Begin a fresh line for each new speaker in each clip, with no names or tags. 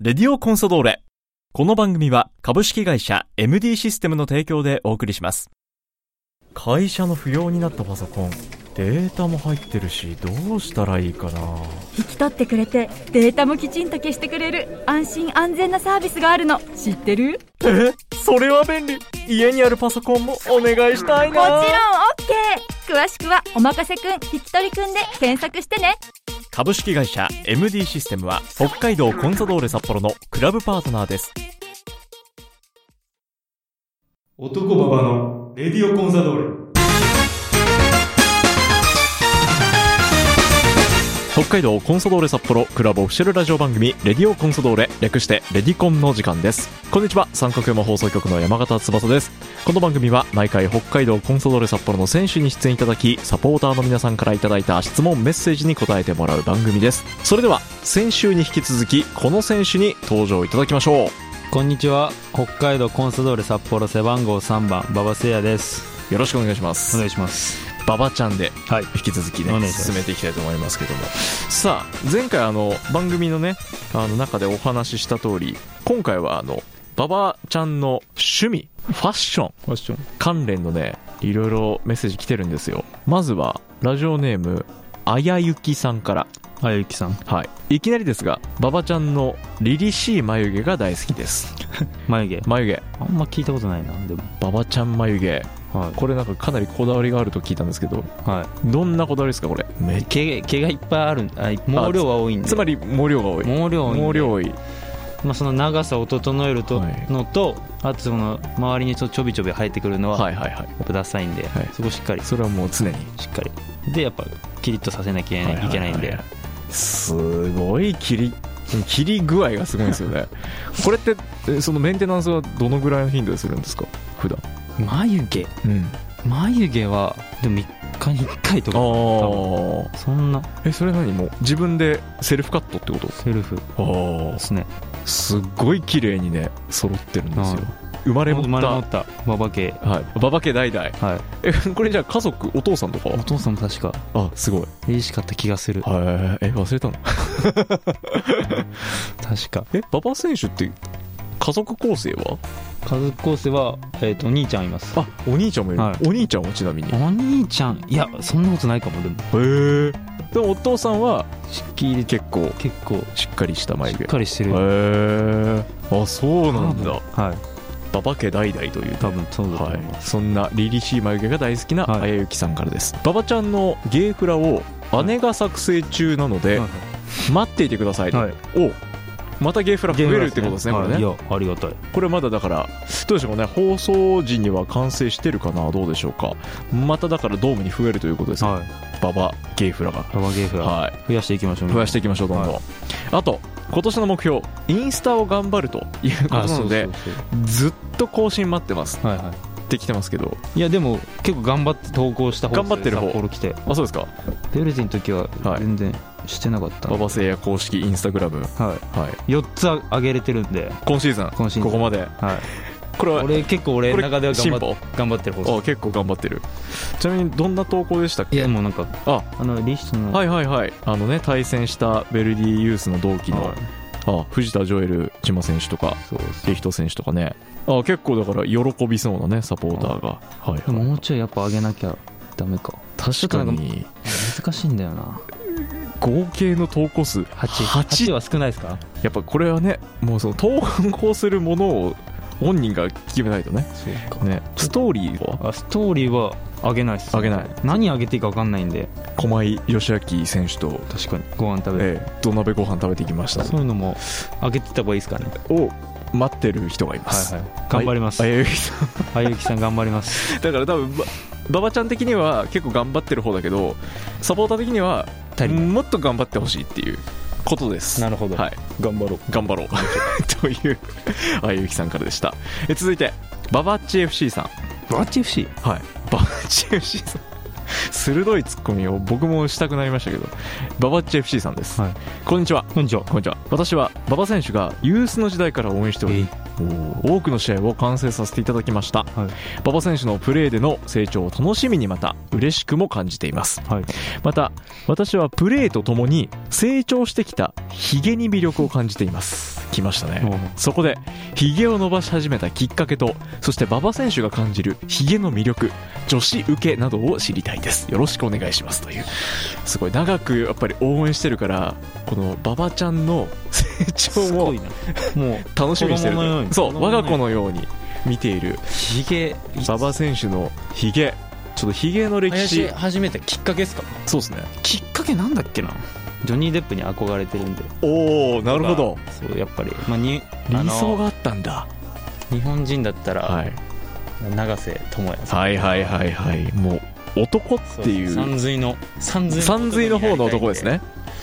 レディオコンソドーレ。この番組は株式会社 MD システムの提供でお送りします。会社の不要になったパソコン、データも入ってるし、どうしたらいいかな。
引き取ってくれてデータもきちんと消してくれる安心安全なサービスがあるの知ってる
えそれは便利家にあるパソコンもお願いしたい
もちろん OK 詳しくは「おまかせくん引き取りくん」で検索してね
株式会社 MD システムは北海道コンソドーレ札幌のクラブパートナーです。
男馬場のレディオコンサドーレ。
北海道コンソドーレ札幌クラブオフィシャルラジオ番組「レディオコンソドーレ」略して「レディコン」の時間ですこんにちは三角山放送局の山形翼ですこの番組は毎回北海道コンソドーレ札幌の選手に出演いただきサポーターの皆さんからいただいた質問メッセージに答えてもらう番組ですそれでは先週に引き続きこの選手に登場いただきましょう
こんにちは北海道コンサドーレ札幌背番号3番馬場誠也です
よろしくお願いしま
お
す
願いします
ババちゃんで
はい
引き続き
お願い
ね
します
進めていきたいと思いますけどもさあ前回あの番組のねあの中でお話しした通り今回はあの馬場ちゃんの趣味ファッション
ファッション
関連のねいろいろメッセージ来てるんですよまずはラジオネームあやゆきさんから
あゆきさん
はいいきなりですが馬場ちゃんの凛々しい眉毛が大好きです
眉毛
眉毛
あんま聞いたことないなでも
馬場ちゃん眉毛
は
これなんかかなりこだわりがあると聞いたんですけど
い、は
どんなこだわりですかこれ
い、毛毛がいっぱいあるんあ毛量は多いんで
つまり毛量が多い
毛量多いんで
毛量多い
まあ、その長さを整えると、
はい
のとあとその周りにちょちょびちょび生えてくるのは、
はいはいはい
やっぱダサいんで、
はい
そこしっかりし
それはもう常に
っかりでやっぱキリッとさせなきゃいけないんで、
はははいすごい切り切り具合がすごいんです よねこれってえそのメンテナンスはどのぐらいの頻度でするんですか普段
眉毛
うん
眉毛はでも3日に1回とか
あ
そんな
あえそれ何もう自分でセルフカットってこと
セルフで
あ
すね
あすっごい綺麗にね揃ってるんですよ
はい
生まれ持
生ま
っ
れ
た
持った馬場家
はい馬場家代々
はい
えこれじゃあ家族お父さんとか
お父さんも確か
あすごいへ
嬉しかった気がする
ええ忘れたの
確か
え馬場選手って家族構成は
家族構成は、えー、とお兄ちゃんいます
あお兄ちゃんもいる、
はい
お兄ちゃんはちなみにへ
お兄ちゃんいやそんなことないかもでも
えでもお父さんは
しっきり
結構
結構
しっかりした眉
し
毛
っかりして
へ
る
えあそうなんだ
はい
馬場家代々という
多分そうだと
は
思いま
い、
す、
そんな凛々しい眉毛が大好きな
はい
綾ゆきさんからです馬場、ちゃんのゲーフラを姉が作成中なので、
はい
待っていてくださいと、
はい
おまたゲーフラ増えるってことですね
は
こ
い
れね、
いやありがたい
これまだだからどうでしょうね放送時には完成してるかなどうでしょうかまただからドームに増えるということですね
はい
馬場ゲーフラが
馬場ゲーフは
はい
増やしていきましょう
増やしていきましょうどんどん、
は
あと今年の目標インスタを頑張るということ
あ
な
そ
の
うそ
で
うそう
ずっと更新待ってます
はいは
ってきてますけど
いいやでも結構頑張って投稿した方
頑張ってる方
札幌来て
あそうですか
ベルディの時は
はい
全然してなかったん
馬
で
場製也公式インスタグラム、
はい
はい、
4つ上げれてるんで、
今シーズン
今シーズン
ここまで
はい、
これは
俺結構俺
こ
の
れ
中では頑
進
張
歩
っ頑張ってる方です
あ結構頑張ってるちなみにどんな投稿でしたっ
い
け
やもうなんか
あ
あのリストの、
はいはいはいあのね対戦したベルディユースの同期の、
はい
あ藤田ジョエル千葉選手とか
そうです
リヒト選手とかねあ結構だから喜びそうなねサポーターが、はい
でももうちょいやっぱ上げなきゃダメか
確
ちょ
か
っとなん
に
難しいんだよな
合計の投稿数
8,
八
は少ないですか
やっぱこれはねもうその投稿するものを本人が決めないとね
そうか
ねストーリーは
あストーリーは上げないです
上げない
何上げていいか分かんないんで
駒井義明選手と、
確かにご飯食べる、
ええ土鍋ご飯食べてきました
そういうのも上げてった方がいいですかね
を待ってる人がいま
はい
す、
はい頑張ります
あ
あ
やゆきさん
ゆきさん頑張りま す
だから多分ば馬場ちゃん的には結構頑張ってる方だけどサポーター的には
足りない
もっと頑張ってほしいっていうことです
るほど
はい、頑張ろう頑張ろう というあゆきさんからでしたえ続いてババッチ FC さん
バッチ FC
はいババッチ FC さん鋭いツッコミを僕もしたくなりましたけどババッチ FC さんです、
はい
こんにちは
こんにちは
こんにちは私は馬場選手がユースの時代から応援しており、おー多くの試合を完成させていただきました、
はい
馬場選手のプレーでの成長を楽しみにまた嬉しくも感じています
はい
また私はプレーとともに成長してきたヒゲに魅力を感じています来ましたねそこでヒゲを伸ばし始めたきっかけとそして馬場選手が感じるヒゲの魅力女子受けなどを知りたいですよろしくお願いしますというすごい長くやっぱり応援してるからこの馬場ちゃんの成長も
なもう
楽しみにしてる
子供のように
そ
子
う
供の
我
よ
が子のよう
うに
に見ている
ひげ
馬場選手のヒゲちょっとヒゲの歴史
始めたきっかけですか
そうですね
きっかけなんだっけなジョニー・デップに憧れてるんで
おおなるほど
そうやっぱり、まあ、にあ
理
の
想があったんだ、
日本人だったら、
はい、
永瀬智也さん
はいはいはいはいもう男ってい
そ三
う
髄の三髄
三髄の方の男
男
ですね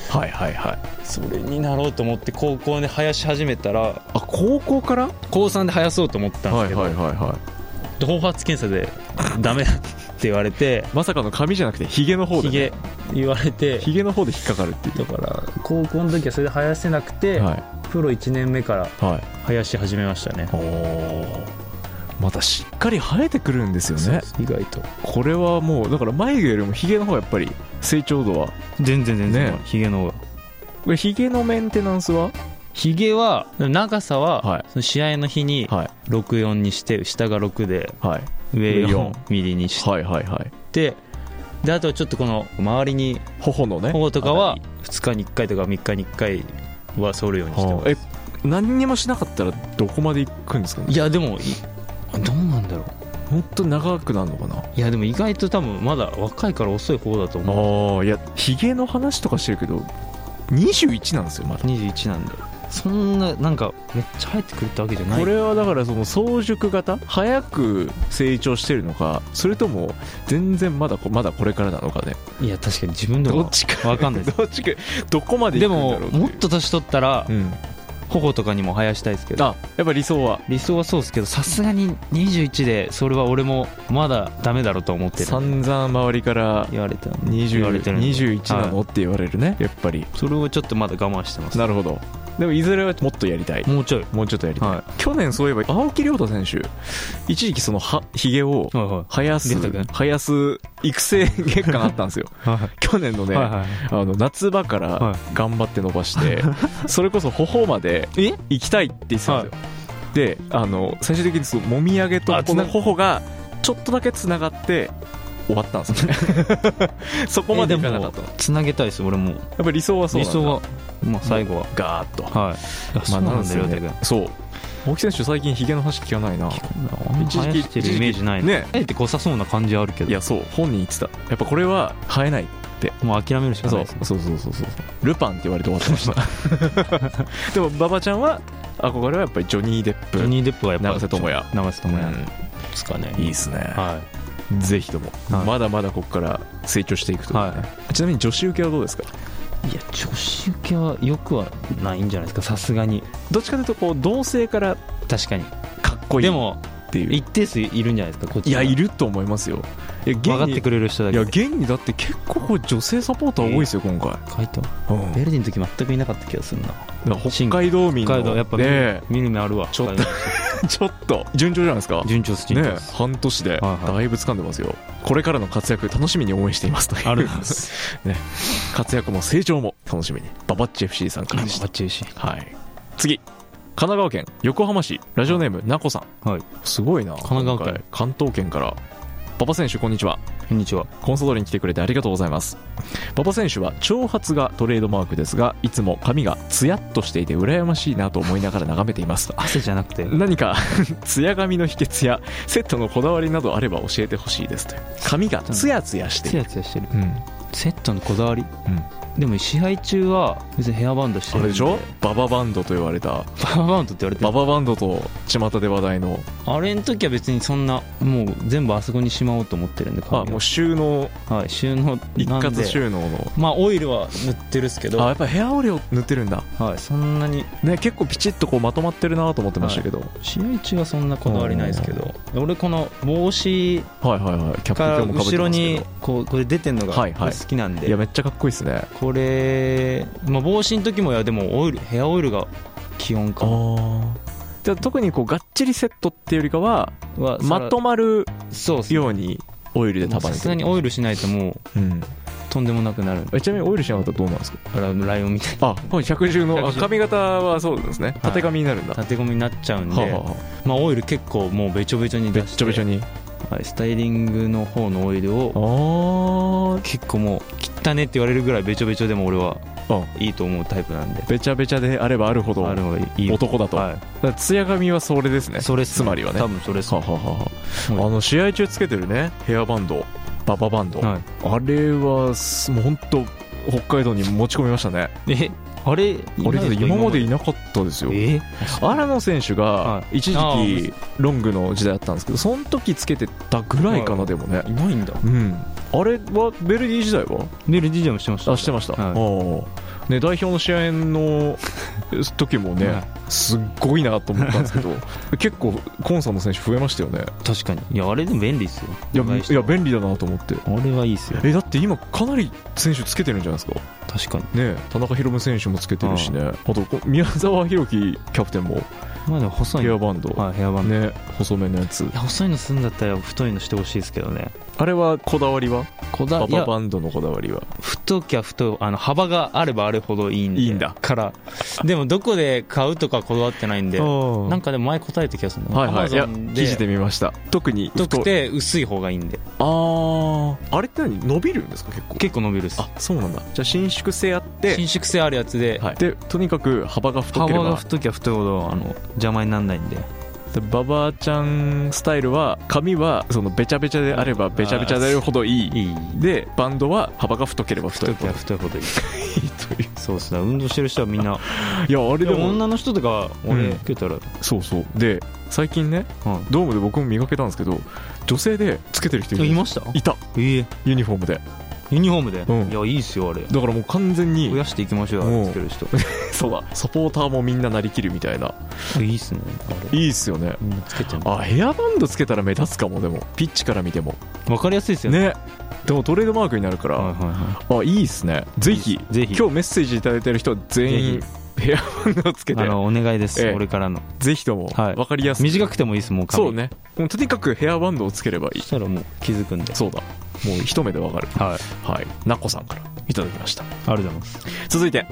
はいはいはい
それになろうと思って高校で生やし始めたら
あ高校から
高3で生やそうと思ったんです
はい
けど、
はいはいはい
頭髪検査で ダメだって言われて
まさかの髪じゃなくてヒゲの方
ひ
で、ね
げ、言われて
ヒゲの方で引っかかるってい
だから高校の時はそれで生やせなくて、
うは
プロ1年目から
いはい
生やし始めましたね
おおまたしっかり生えてくるんですよね
意外と
これはもうだから眉毛よりもヒゲの方がやっぱり成長度は
全然全然
ね
ひげ、の方が
これヒゲのメンテナンスは
ひげは長さは、
はい
その試合の日に
はい
64にして下が6で
はい
上
上
4ミリにし
はいはいはい
てであとはちょっとこの周りに
頬のね
頬とかは
あた
2日に1回とか3日に1回は剃るようにしてま
りは
す
あえ何にもしなかったらどこまで行くんですかね
いやでもいどうなんだろう
本当に長くなるのかない
やでも意外と多分まだ若いから遅い方だと思う
ああいやヒゲの話とかしてるけど21なんですよまだ
21なんでそんななんかめっちゃ生えてくるってわけじゃない
これはだからその早熟型早く成長してるのかそれとも全然まだこまだこれからなのか ね
いや確かに自分で
ど
も
っちか
わかんないです
どっちかどこまで
で
行くんだ
も
ろうっていう
もっと年取ったら
うん
頬とかにも生やしたいですけど
あやっぱ理想は
理想はそうですけどさすがに21でそれは俺もまだダメだろうと思ってる
散々周りから
言われてるんで言われ
20
てるんで
21なの、
はい
って言われるねやっぱり
それをちょっとまだ我慢してます
なるほどでもいずれはもっとやりたい
もうちょい
もうちょっとやりたい、
は
去年そういえば青木亮太選手一時期そのはひげを
はいは
生やす
亮太君
生やす育成月間あったん ですよ
いはい
去年のね、
はいはい
あの夏場から
はい
頑張って伸ばして、 それこそ頬まで
え
行きたいって言ってたんですよ、であの最終的にそのもみあげと
あ
こ
つな
の
が
頬がちょっとだけつながって終わったんですよね そこまでいかなかったのや
つなげたいです俺も
っぱり理想はそう
理
なんだ
想はまあ最後は
ガーッと
はいあそうなんだよ亮太君
そう青木選手最近ヒゲの話聞かないな一時期
生やしてるイメージない
ね
生えてこさそうな感じあるけど
いやそう本人言ってたやっぱこれは生えない
もう諦めるしかない
そう
です
そうそうそうそうそうルパンって言われて終わってました でも馬場ちゃんは憧れはやっぱりジョニー・デップ
ジョニー・デップはやっぱ
永瀬智也
永瀬智也
うん
ですかね、
いいですね
は
ぜひとも、
はい
まだまだここから成長していくというね、
は
ちなみに女子受けはどうですか
いいや女子受けはよくはないんじゃないですかさすがに
どっちかというとこう同性から
確かに
かっこいい
で
っ
も
ていう
一定数いるんじゃないですかこっち
いやい
る
ると思いますよいや現
分かっ
に
てくれる人だ
いや
け
現にだって結構これ女性サポーター多いですよ今回、
書いて
うん
ベルディの時全くいなかった気がするな
だから北海道民
北
の
海道やっぱ見る,、
ね
見る目あるわ
ちょっと
北海
えちょっと順調じゃないですか
道順調です
ね
順調
え
です、
半年で
はいはい
だいぶ掴んでますよ、これからの活躍楽しみに応援していますという
あるんです
活躍も成長も楽しみにババッチ FC さんからでした
あっちいし
はい次神奈川県横浜市ラジオネームなこさん、
はい、
すごいな
神奈川県
今回関東圏から馬場選手こんにちは
こんにちは
コンサドーレに来てくれてありがとうございます馬場選手は長髪がトレードマークですがいつも髪がツヤっとしていて羨ましいなと思いながら眺めています
汗じゃなくて
何か ツヤ髪の秘訣やセットのこだわりなどあれば教えてほしいですという髪がツヤツヤしてい
ツ
る
ヤツヤしてる
うん
セットのこだわりでも試合中は別にヘアバンドして
あ
るん
れでしょバババンドと言われた
バーバウンドって言われてる
バババンドと巷で話題の
あれの時は別にそんなもう全部あそこにしまおうと思ってるんで
あ
髪
も
を
う収納
はい、収納
一
なん
括
で
収納の
まあオイルは塗ってるっすけど、
あ
は
やっぱヘアオレを塗ってるんだ
い、そんなに
ね結構ピチッとこうまとまってるなと思ってましたけど、
試合中はそんなこだわりないですけど俺この帽子
はいはいはいキャップ
か
今
ら
日もかぶっ
後
て
ろ
ます
に
け
こうこれ出てんのが
はいはい
好きなん
どいや
で
めっちゃかっこいいですね
これ、まあ、帽子の時もいやでもオイルヘアオイルが基本か
あじゃあ特にこうがっちりセットっていうよりかは
はさら
まとまる
そうっすね
ようにオイルで束
さ
ね
す
て
が
る
にオイルしないとも
う
う
ん
とんでもなくなるんで
えちなみにオイルしなかったらどうなんですか
あらライオンみたい
あこれ百獣のあ
百獣
髪型はそうですね縦髪になるんだ、
な
は
縦込みになっちゃうんで、
あはあは
まあ、オイル結構もうべちょべちょに
あべ
出
っ
して
ちょべちょに
はい、スタイリングの方のオイル
あ
を
ー
結構もう汚ねって言われるぐらいべちょべちょでも俺は
う
いいと思うタイプなんで
べちゃべちゃであればあるほど
あるのがいい
男だとだか
は
ら艶髪はそれですね
い、それっす
つまりはね
多分それっす
はははあ
はい
の試合中つけてるねヘアバンドバババンド、
は
あれはすもう本当北海道に持ち込みましたね
い、えあれ
あれだって今までいなかったですよ
え
荒野選手が
は
一時
あ
期
ー
ロングの時代だったんですけどその時つけてたぐらいかなでもね
いないんだ
うんあれはベルディ時代は
メルディジャもしてました
あしてました、
はい
おーね、代表の試合 の時もね、
はい
すっごいなと思ったんですけ ど結構コンサの選手増えましたよね
確かにいやあれでも便利っすよ
いや
お願
い
して
や便利だなと思って
あれはいいっすよ
えだって今かなり選手つけてるんじゃないですか
確かに
ね田中宏夢選手もつけてるしねあとこ宮沢宏樹キャプテンも
まあでも細い
ヘア
の
バンド、
はいヘアバンド、
ね細めのやつ
いや細いのするんだったら太いのしてほしいですけどね
あれはこだわりは
こだ
パ
いや
パバンドのこだわりは
太きゃ太いあの幅があればあるほどいいんで
いいんだ
からでもどこで買うとかこだわってないんでな
なん
かでも前答えた気がするな
はいはいいや
Amazon
記事で見ました特に
太くて薄い方がいいんで
あーあれって何伸びるんですか結構
結構伸びるっす
あそうなんだじゃあ伸縮性あって
伸、縮性あるやつで、
はい、でとにかく幅が太けれ
幅が
ば
太きゃ太いほどあの邪魔にならないんで
でババアちゃんスタイルは髪はそのべちゃべちゃであればべちゃべちゃであるほどいい
いい
でバンドは幅が太ければ太い
太き
ほど
ゃ太いほどいい
いいという
そうっすね運動してる人はみんな
いやあれ
で
で
も
も
女の人とか
う
俺
ん
受けたら、
そうそうで最近ね
はい
ドームで僕も見かけたんですけど女性でつけてる人いる
いました
いた
ええ
ユニフォームで
ユニフォームで、
うん
いやいいっすよあれ
だからもう完全
増
に
やしていきましょう
うん
よつける人
そうだサポーターもみんななりきるみたいない
いっすねあれ
いいっすよね
みんなつけちゃう
あヘアバンドつけたら目立つかもでもピッチから見ても
わかりやすいですよね
ねでもトレードマークになるから、
はいはいは
あいいっすねぜひ
いぜひ
今日メッセージいただいてる人全員
ぜ
ヘアバンドをつけて
あのお願いです、
ええ
俺からの
ぜひとも
はい
分かりやすい、
短くてもいいですもう髪
そうねもうとにかくヘアバンドをつければい
そ
い
したらもう気づくんで
そうだもう一目で分かる
はい
はいなこさんからいただきました
ありがとうございますあ
続いて、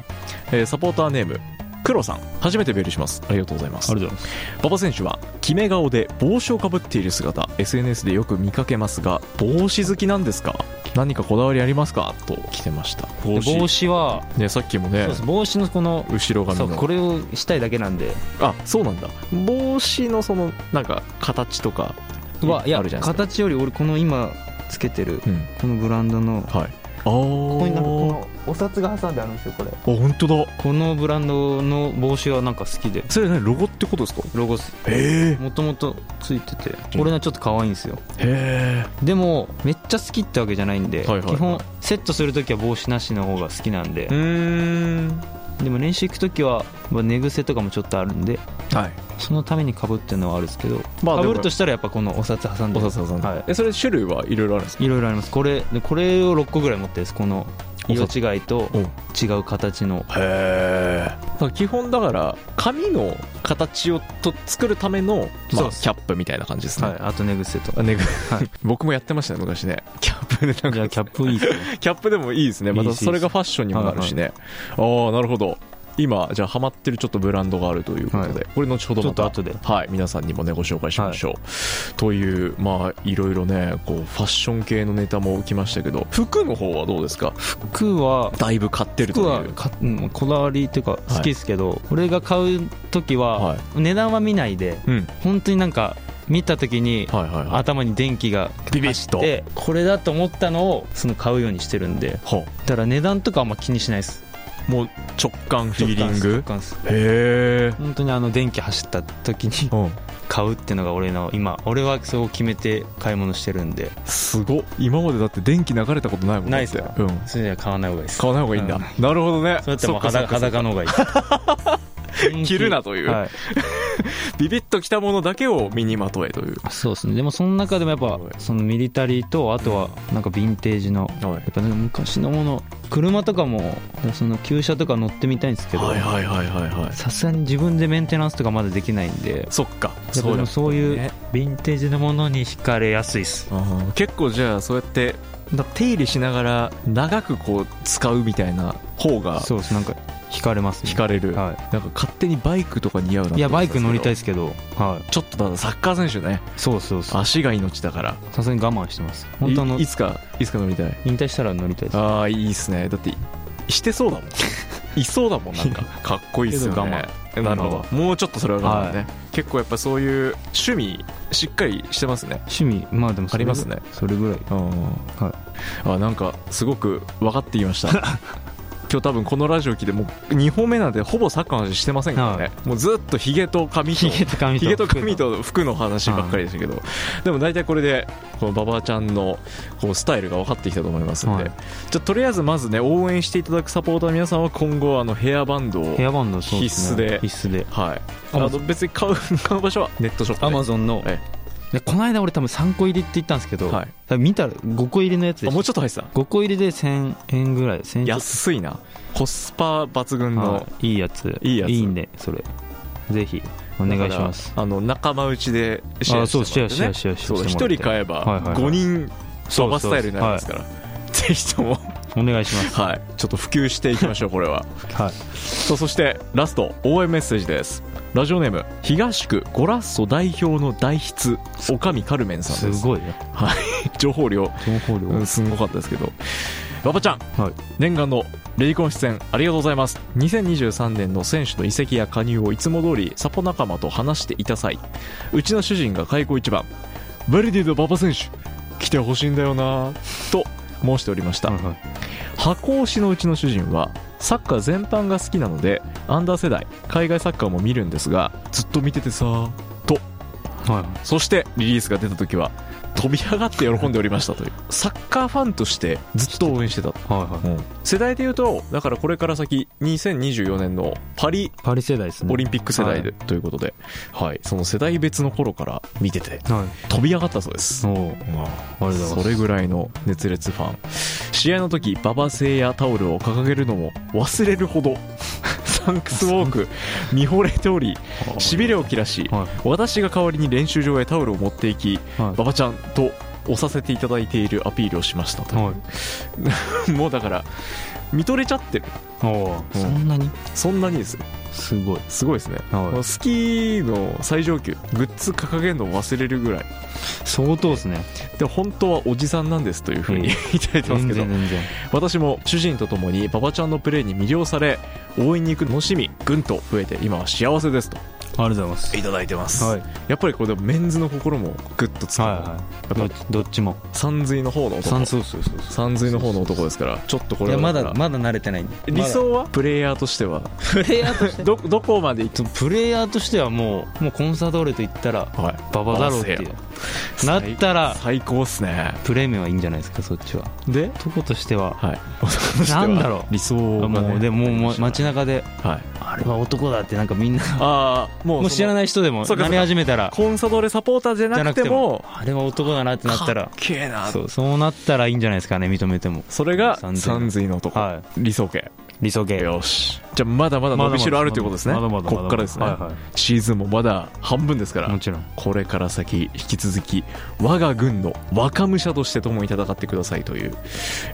えーサポーターネームクロさん初めてメールしますありがとうございます
りがとうございます
馬場選手は決め顔で帽子をかぶっている姿 SNS でよく見かけますが帽子好きなんですか何かこだわりありますかと来てました
帽子帽子は
ねさっきも
そ
ね
うです帽子のこの
後ろ髪
そ
の
うこれをしたいだけなんで
あそうなんだ帽子のそのなんか形とか
はいや
あるじゃないですか
形より俺この今つけてる
うん
このブランドの
はいああ
ここになんか
ー
このお札が挟んであるんですよこれ
あ本当だ
このブランドの帽子はなんか好きで
それ何ロゴってことですか
ロゴス
へ
もともとついててこれのちょっと可愛いんですよ
えへ
でもめっちゃ好きってわけじゃないんで、
はいはいはい
基本セットするときは帽子なしの方が好きなんで
えう、ーん
でも練習行くときはまあ寝癖とかもちょっとあるんで
はい
そのためにかぶってるのはあるんですけどか
まあでも
ぶるとしたらやっぱこのお札挟んで
お札さん、
はい
えそれ種類はいろいろあるんですか
いろいろありますこれでこれを6個ぐらい持ってるんですこの色違いと
うん
違う形の
へえ基本だから紙の形をと作るための、ま
そ
あ、
うっす
キャップみたいな感じですね、
はい、あと寝癖と
あ
か
ね僕もやってましたね昔ねキャップで
じ
な
ゃ
ん
あ
か
キャップいいっすね
キャップでもいいですねま
い
た
いし
それがファッションにもなるしねああなるほど今じゃあハマってるちょっとブランドがあるということで、
はい
これ後ほど
ちょ
ま
っと
た
後で
はい、皆さんにもねご紹介しましょう、というまあいろいろねこうファッション系のネタも来ましたけど服の方はどうですか
服は
だいぶ買ってると
服
いう
はか、うん、こだわりっていうか好きですけど、俺が買う時
は
は値段は見ないで
うん
本当になんか見た時に
はいはいはい
頭に電気が
ビビッと
でこれだと思ったのをその買うようにしてるんで
は
だから値段とかはあんま気にしないです
あもう直感フィーリン
直
グ
感っす直感っ
へ
す
え
本当にあの電気走った時に
うん
買うっていうのが俺の今俺はそう決めて買い物してるんです
ごっ今までだって電気流れたことないもん
ないっす
だ
よ
ってうん
それでは買わない方がいいです
買わない方がいいんだ、
うん
なるほどね
それだってもう
っかそっ
裸
かそっか
裸の方がいい
着るなという
はい
ビビッときたものだけを身にまとえという。
そうですねでもその中でもやっぱそのミリタリーとあとはなんかヴィンテージの
はい
やっぱなんか昔のもの車とかもその旧車とか乗ってみたいんですけど
はいはいはいはいはい。
さすがに自分でメンテナンスとかまだできないんで
そっか。
そう
だ
そういうヴィンテージのものに惹かれやすいっす
あー結構じゃあそうやってだ手入れしながら長くこう使うみたいな方が
そうですなんか惹かれます、
惹かれる、
は、
なんか勝手にバイクとか似合うない
いやバイク乗りたい
い
ですけど、は
ちょっとただサッカー選手ね
い、そうそうそう
足が命だから
さすがに我慢してます本当あの
いいつかいつか乗りたい
引退したら乗りたいです
ああいいっすねだってしてそうだもんいそうだもんなんかかっこいいっすよね
け
な
ど我慢
るほどもうちょっとそれは我慢ね、結構やっぱそういう趣味しっかりしてますね
趣味まあでもそれぐらい
ありますね
それぐらい
は、
はい
あなんかすごく分かってきました今日多分このラジオ聞いてもう2本目なんでほぼサッカーの話してませんからね、もうずっとヒゲと髪と
ヒゲと髪と
ヒゲと髪と服の話ばっかりでしたけど、でも大体これでこの馬場ちゃんのこうスタイルが分かってきたと思いますんで、
はい
じゃあとりあえずまずね応援していただくサポーターの皆さんは今後あのヘアバンドを
ヘアバンドそうですね
必
必須で
はいあの
Amazon
別に買う 買う場所はネットショップで
アマゾンの
え
でこの間俺多分3個入りって言ったんですけど、
はい
多分見たら5個入りのやつ
あ
で
もう
し
ちょっと入ってた
5個入りで1000円ぐらい1000円
安いなコスパ抜群の
はいいいやつ
いいやつ
んでそれぜひお願いしま
だ
す
からあの仲間内でシェア
あそう
してもらって、ね、
シェアシェアシェア
そう
しても
一
らって
人買え
はい
ば
はいはい
5人
そ
バ
う
バスタイルになり
そう
ま
ですす
からぜひとも
はいお願いします
はいちょっと普及していきましょうこれは
はい
そうそしてラスト応援メッセージですラジオネーム東区ゴラッソ代表の代筆おかみカルメンさん
す
です
ごいね
情報量、
情報量、
うん、すごかったですけど馬場ちゃん
はい
念願のレディコン出演ありがとうございます2023年の選手の移籍や加入をいつも通りサポ仲間と話していた際うちの主人が開口一番「ヴェルディの馬場選手来てほしいんだよな」と申しておりました、
はいはい
箱推しのうちの主人はサッカー全般が好きなのでアンダー世代海外サッカーも見るんですがずっと見ててさと
はい
そしてリリースが出た時は飛び上がって喜んでおりましたというサッカーファンとしてずっと応援してた
はいはい
世代でいうとだからこれから先2024年のパリ
パリ世代ですね
オリンピック世代で、
は
ということで、はい、その世代別の頃から見てて
はい
飛び上がったそうです、
おう
ま
ありがとうございます
それぐらいの熱烈ファン試合の時馬場製やタオルを掲げるのも忘れるほど サンクスウォーク見惚れておりしびれを切らし
は
私が代わりに練習場へタオルを持っていき
いは
馬場ちゃんと押させていただいているアピールをしました
い
と、
は い
もうだから見とれちゃってる
おう
うん
そんなに
そんなにですよ
すごい
すごいですね、
はい
スキーの最上級グッズ掲げるのを忘れるぐらい
相当ですね
で本当はおじさんなんですというふう に
うん
いただいてます
全
けど
然全然
私も主人と共に馬場ちゃんのプレーに魅了され応援に行く楽しみぐんと増えて今は幸せですと
ありがとうございます
いただいてます、
はい
やっぱりこれでもメンズの心もグッとつく、
は
やっ
い
ぱ
はいどっちどっちも
山水の方の男
そうそうそうそ
山水の方の男ですからちょっとこ
うい
れ
や
は
ま
だから
だまだ慣れてないんで
理想はプレイヤーとしては
プレイヤーとして
どどこまで行っ
プレイヤーとしてはもうもうコンサドーレと言ったら
はい
馬場だろうってい
馬
う
場
なったら
最高っすね
プレー面はいいんじゃないですかそっちは
で
男としては
はい、
なんだろう
理想がね
もうでももう街
はい、
中であれは男だってなんかみんな
ああもう
もう知ら
い
ない人でも
そうかそうか
なれ始めたら
コンサドーレサポーターじゃ
じゃ
な
な
く
く
て
て
も
もあれは男だなってなったら
かっけえな
そうそうなったらいいんじゃないですかね認めても
それが
三髄
三髄の男、
は
理想形
理想形
よしじゃあまだまだ伸びしろあるということですね
まだまだまだまだ
こっからですね、
はいは
シーズンもまだ半分ですから
もちろん
これから先引き続き我が軍の若武者として共に戦ってくださいという、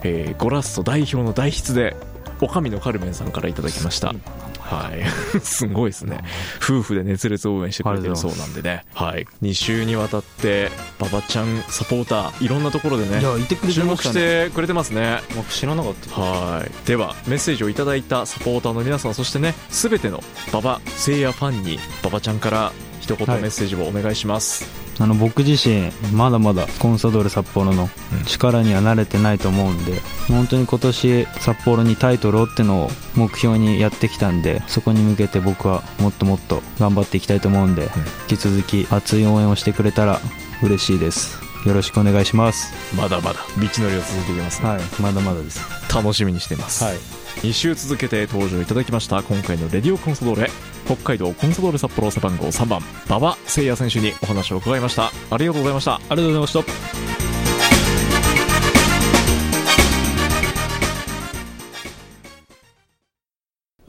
えーゴラッソ代表の代筆でおかみのカルメンさんからいただきましたはい すごいですね夫婦で熱烈応援してくれてるそうなんでねはい2週にわたって馬場ちゃんサポーターいろんなところでね
いやいてくれて
注
ま
目
した
し
ね
てくれてますね
僕知らなかった
はいではメッセージをいただいたサポーターの皆さんそしてね全ての馬場聖也ファンに馬場ちゃんから一言メ
はい
ッセージをお願いします、
あの僕自身まだまだコンサドーレ札幌の力には慣れてないと思うんで本当に今年札幌にタイトルをってのを目標にやってきたんでそこに向けて僕はもっともっと頑張っていきたいと思うんで引き続き熱い応援をしてくれたら嬉しいですよろしくお願いします
まだまだ道のりを続けていきますね、
はいまだまだです
楽しみにしてます、
はい
2週続けて登場いただきました今回のレディオコンソドーレ北海道コンソドーレ札幌背番号3番馬場誠也選手にお話を伺いましたありがとうございました
ありがとうございました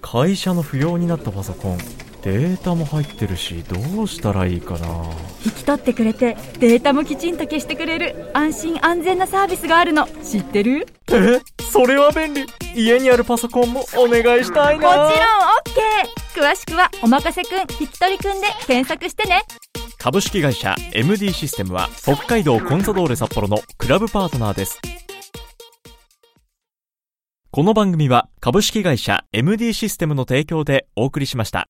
会社の不要になったパソコンデータも入ってるしどうしたらいいかな
引き取ってくれてデータもきちんと消してくれる安心安全なサービスがあるの知ってる
えそれは便利家にあるパソコンもお願いしたい
もちろん OK 詳しくは「おまかせくん引き取りくん」で検索してね
株式会社 MD システムは北海道コンサドーレ札幌のクラブパートナーですこの番組は株式会社 MD システムの提供でお送りしました